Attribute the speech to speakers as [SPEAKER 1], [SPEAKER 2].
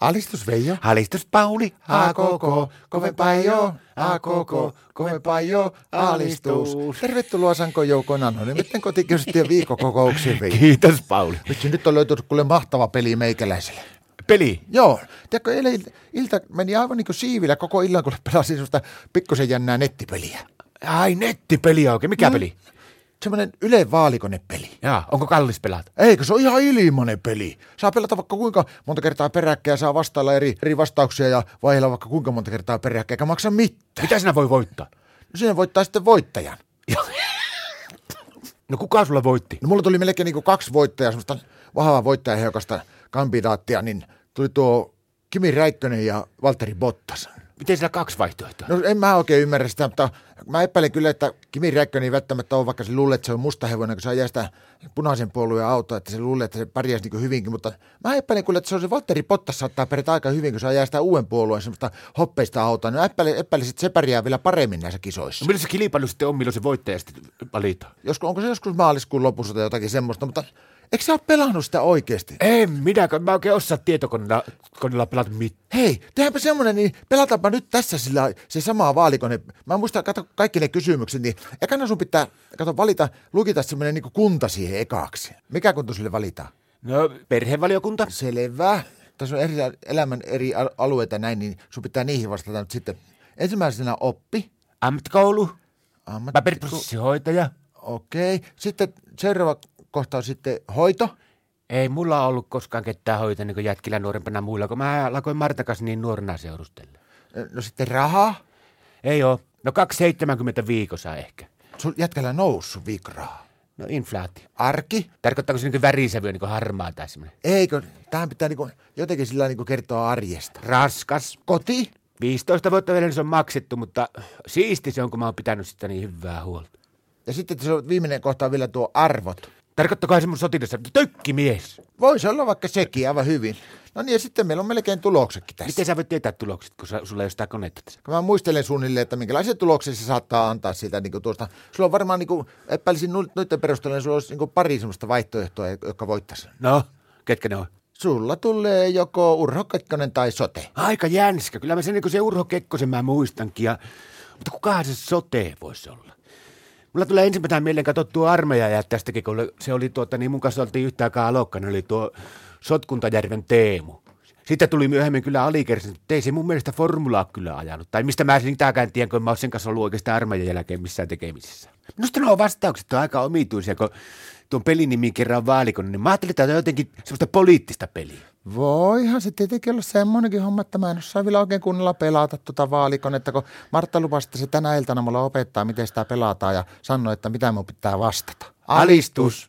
[SPEAKER 1] Alistus Veijo.
[SPEAKER 2] Alistus Pauli,
[SPEAKER 1] A koko, kovempaa jo, A koko, kovempaa jo, alistus. Tervetuloa Sanko Joukon anonymitten kotikysytien viikokokouksiin Veijo.
[SPEAKER 2] Kiitos Pauli.
[SPEAKER 1] Vitsi, nyt on löytynyt kuule mahtava peli meikäläiselle.
[SPEAKER 2] Peli.
[SPEAKER 1] Joo, tiedätkö, eilen il- ilta meni aivan niin kuin siivillä koko illan, kun pelasin sellaista pikkusen jännää nettipeliä. Mm.
[SPEAKER 2] Ai nettipeli oikein, mikä peli?
[SPEAKER 1] Semmoinen Yle vaalikonepeli.
[SPEAKER 2] Jaa, onko kallis pelata?
[SPEAKER 1] Eikö se ole ihan ilmainen peli? Saa pelata vaikka kuinka monta kertaa peräkkäin, saa vastailla eri, eri vastauksia ja vaihella vaikka kuinka monta kertaa peräkkäin, eikä maksa mitään.
[SPEAKER 2] Mitä sinä voi voittaa?
[SPEAKER 1] No siinä voittaa sitten voittajan.
[SPEAKER 2] No kuka sulla voitti?
[SPEAKER 1] No mulla tuli melkein niin kaksi voittajaa, semmoista vahvaa voittajaehdokasta kandidaattia, niin tuli tuo Kimi Räikkönen ja Valtteri Bottas.
[SPEAKER 2] Miten sillä kaksi vaihtoehtoa?
[SPEAKER 1] No en mä oikein ymmärrä sitä, mutta mä epäilen kyllä, että Kimi Räikkönen ei välttämättä ole, vaikka se luulee, että se on musta hevonen, kun se ajaa sitä punaisen puolueen autoa, että se luulee, että se pärjäisi niin hyvinkin, mutta mä epäilen kyllä, että se on se Valtteri Bottas saattaa pärjätä aika hyvin, kun se ajaa sitä uuden puolueen semmoista hoppeista autoa. No epäilen, epäilen että se pärjää vielä paremmin näissä kisoissa.
[SPEAKER 2] No millä se kilpailu sitten on, milloin se voittaja sitten valitaan?
[SPEAKER 1] Joskus, onko se joskus maaliskuun lopussa tai jotakin semmoista, mutta eikö sä ole pelannut sitä oikeasti?
[SPEAKER 2] En minäkään, mä oikein osaa tietokoneella koneella pelata mitään.
[SPEAKER 1] Hei, tehdäänpä semmoinen, niin pelataanpa nyt tässä sillä se sama vaalikone. Mä muistan, kato kaikki ne kysymykset, niin ekana sun pitää kato, valita, lukita semmoinen niin kunta siihen ekaksi. Mikä kunta sille valitaan?
[SPEAKER 2] No, perhevaliokunta?
[SPEAKER 1] Selvä. Tässä on eri, elämän eri al- alueita näin, niin sun pitää niihin vastata nyt sitten. Ensimmäisenä oppi.
[SPEAKER 2] Ammattikoulu?
[SPEAKER 1] Ammat...
[SPEAKER 2] Paperipurssihoitaja?
[SPEAKER 1] Okei. Okay. Sitten seuraava kohta on sitten hoito.
[SPEAKER 2] Ei mulla ollut koskaan ketään hoitaa niin jätkillä nuorempana muilla, kun mä alkoin Martakas niin nuorena seurustella.
[SPEAKER 1] No sitten raha.
[SPEAKER 2] Ei oo. No 2,70 viikossa ehkä.
[SPEAKER 1] Sun jätkällä noussut viikkoraha.
[SPEAKER 2] No inflaatio.
[SPEAKER 1] Arki.
[SPEAKER 2] Tarkoittaako se niin värisävyä, niin harmaa tai semmoinen?
[SPEAKER 1] Eikö? Tähän pitää niinku, jotenkin sillä niinku kertoa arjesta.
[SPEAKER 2] Raskas.
[SPEAKER 1] Koti.
[SPEAKER 2] 15 vuotta vielä niin se on maksettu, mutta siisti se on, kun mä oon pitänyt sitä niin hyvää huolta.
[SPEAKER 1] Ja sitten se on viimeinen kohta on vielä tuo arvot.
[SPEAKER 2] Tarkoittakohan se mun sotilassa tökkimies?
[SPEAKER 1] Voisi olla vaikka sekin aivan hyvin. No niin, ja sitten meillä on melkein tuloksetkin tässä.
[SPEAKER 2] Miten sä voit tietää tulokset, kun sä, sulla ei ole sitä konetta tässä?
[SPEAKER 1] Kun mä muistelen suunnilleen, että minkälaisia tuloksia se saattaa antaa siitä niin kuin tuosta. Sulla on varmaan, niin kuin, epäilisin nu- noiden perusteella, niin sulla olisi niin kuin pari sellaista vaihtoehtoa, jotka voittaisi.
[SPEAKER 2] No, ketkä ne on?
[SPEAKER 1] Sulla tulee joko Urho Kekkonen tai sote.
[SPEAKER 2] Aika jänskä. Kyllä mä sen, niin se Urho Kekkosen mä muistankin. Ja... Mutta kukahan se sote voisi olla? Mulla tulee ensimmäisenä mieleen katsoa tuo armeija ja tästäkin, kun oli- se oli tuota, niin mun kanssa oltiin yhtä aikaa alokkaan, oli tuo Sotkuntajärven Teemu. Sitten tuli myöhemmin kyllä alikersin, mutta ei se mun mielestä formulaa kyllä ajanut. Tai mistä mä sitäkään tiedän, kun mä oon sen kanssa ollut oikeastaan armeijan jälkeen missään tekemisissä. Minusta nuo vastaukset on aika omituisia, kun tuon pelin nimi kerran vaalikon, niin mä ajattelin, että tämä on jotenkin semmoista poliittista peliä.
[SPEAKER 1] Voihan se tietenkin olla semmoinenkin homma, että mä en osaa vielä oikein kunnolla pelata tuota vaalikonetta, kun Martta lupasi, että se tänä iltana mulla opettaa, miten sitä pelataan ja sanoi, että mitä mun pitää vastata.
[SPEAKER 2] Alistus.